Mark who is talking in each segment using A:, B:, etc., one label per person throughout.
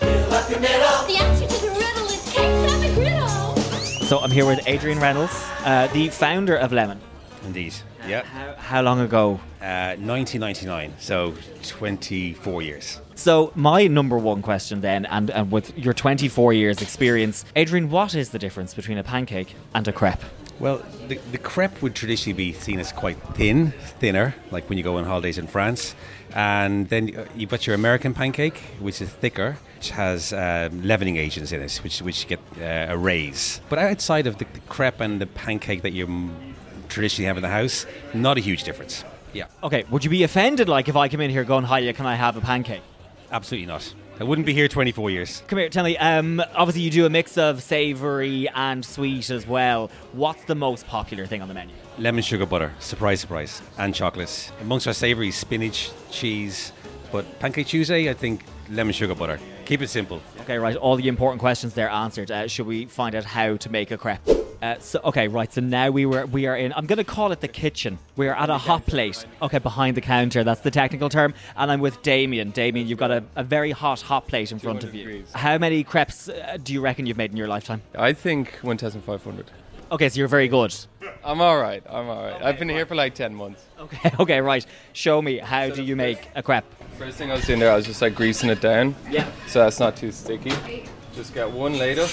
A: The answer to the riddle is cake up and griddle.
B: So I'm here with Adrian Reynolds, uh, the founder of Lemon.
C: Indeed. Yeah.
B: How, how long ago?
C: Uh, 1999, so 24 years.
B: So my number one question then, and, and with your 24 years experience, Adrian, what is the difference between a pancake and a crepe?
C: Well, the, the crepe would traditionally be seen as quite thin, thinner, like when you go on holidays in France. And then uh, you've got your American pancake, which is thicker, which has um, leavening agents in it, which, which get uh, a raise. But outside of the, the crepe and the pancake that you mm, traditionally have in the house, not a huge difference. Yeah,
B: Okay, would you be offended like if I come in here going, hiya, can I have a pancake?
C: absolutely not. I wouldn't be here 24 years.
B: Come here, tell me, um, obviously you do a mix of savoury and sweet as well. What's the most popular thing on the menu?
C: lemon sugar butter, surprise, surprise, and chocolates. Amongst our savouries, spinach, cheese, but Pancake Tuesday, I think lemon sugar butter. Keep it simple.
B: Okay, right. All the important questions there answered. Uh, should we find out how to make a crepe? Uh, so okay, right. So now we were we are in. I'm going to call it the kitchen. We are at a hot plate. Okay, behind the counter. That's the technical term. And I'm with Damien. Damien, you've got a, a very hot hot plate in front of you.
D: 200 degrees.
B: How many crepes uh, do you reckon you've made in your lifetime?
D: I think 1,500.
B: Okay, so you're very good.
D: I'm all right. I'm all right. I've been here for like 10 months.
B: Okay, okay, right. Show me how do you make a crepe?
D: First thing I was doing there, I was just like greasing it down.
B: Yeah.
D: So that's not too sticky. Just get one laid up,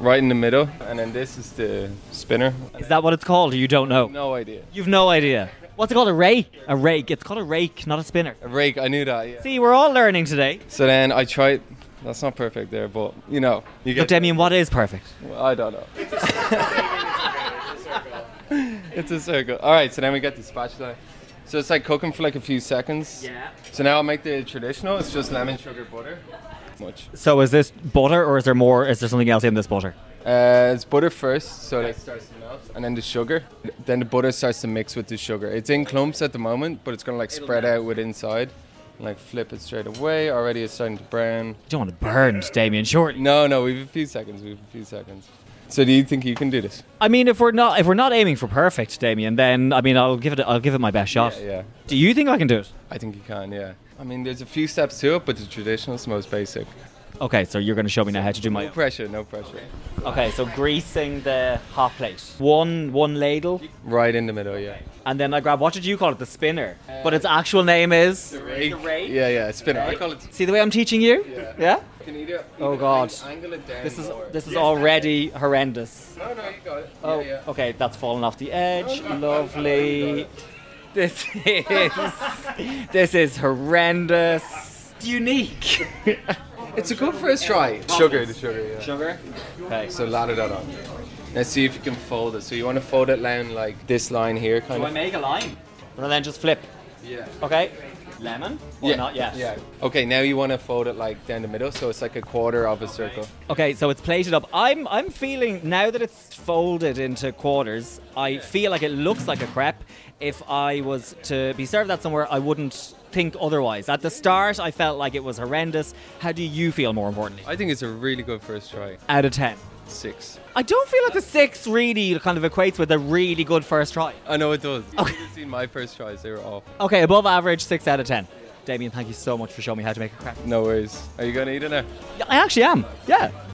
D: right in the middle, and then this is the spinner.
B: Is that what it's called? Or you don't know?
D: No idea.
B: You've no idea. What's it called? A rake? A rake. It's called a rake, not a spinner.
D: A rake. I knew that. Yeah.
B: See, we're all learning today.
D: So then I tried. That's not perfect there, but you know, you
B: But
D: get.
B: Damien, what is perfect?
D: Well, I don't know. it's a circle. All right. So then we get the spatula. So it's like cooking for like a few seconds. So now I'll make the traditional. It's just lemon sugar butter. Much.
B: So is this butter or is there more? Is there something else in this butter?
D: Uh, it's butter first, so that starts to melt, and then the sugar. Then the butter starts to mix with the sugar. It's in clumps at the moment, but it's gonna like spread out with inside, and, like flip it straight away. Already it's starting to brown.
B: You don't want to burn, Damien, short.
D: No, no, we've a few seconds. We've a few seconds. So do you think you can do this?
B: I mean, if we're not if we're not aiming for perfect, Damien, then I mean, I'll give it I'll give it my best shot.
D: Yeah, yeah.
B: Do you think I can do it?
D: I think you can. Yeah. I mean, there's a few steps to it, but the traditional is the most basic.
B: Okay, so you're going to show me now how to do my.
D: No pressure. No pressure.
B: Okay, so greasing the hot plate. One one ladle,
D: Right in the middle. Yeah.
B: and then I grab what did you call it? The spinner, but its actual name is.
D: Yeah, yeah. Spin it. I call it.
B: See the way I'm teaching you?
D: Yeah.
B: yeah?
D: Can either,
B: Oh, either God.
D: Angle it down.
B: This is this is already horrendous.
D: No, no, you got it.
B: Oh, okay, that's fallen off the edge.
D: No, no, no, no,
B: Lovely.
D: no.
B: This is this is horrendous. It's unique.
D: It's a good first try. Sugar, the sugar, yeah.
B: Sugar. Okay.
D: So lather that on. Let's see if you can fold it. So you want to fold it down like this line here, kind
B: Do I
D: of.
B: make a line? And then just flip.
D: Yeah.
B: Okay. Lemon? Or
D: yeah.
B: Oh, not yet?
D: Yeah. Okay, now you want to fold it like down the middle, so it's like a quarter of a circle.
B: Okay, so it's plated up. I'm I'm feeling now that it's folded into quarters, I feel like it looks like a crepe. If I was to be served that somewhere, I wouldn't think otherwise. At the start, I felt like it was horrendous. How do you feel more importantly?
D: I think it's a really good first try.
B: Out of 10.
D: Six.
B: I don't feel like the 6 really kind of equates with a really good first try.
D: I know it does.
B: Okay.
D: You've seen my first tries; they were awful.
B: Okay, above average, 6 out of 10. Damien, thank you so much for showing me how to make a crepe.
D: No worries. Are you gonna eat it now?
B: I actually am. Yeah.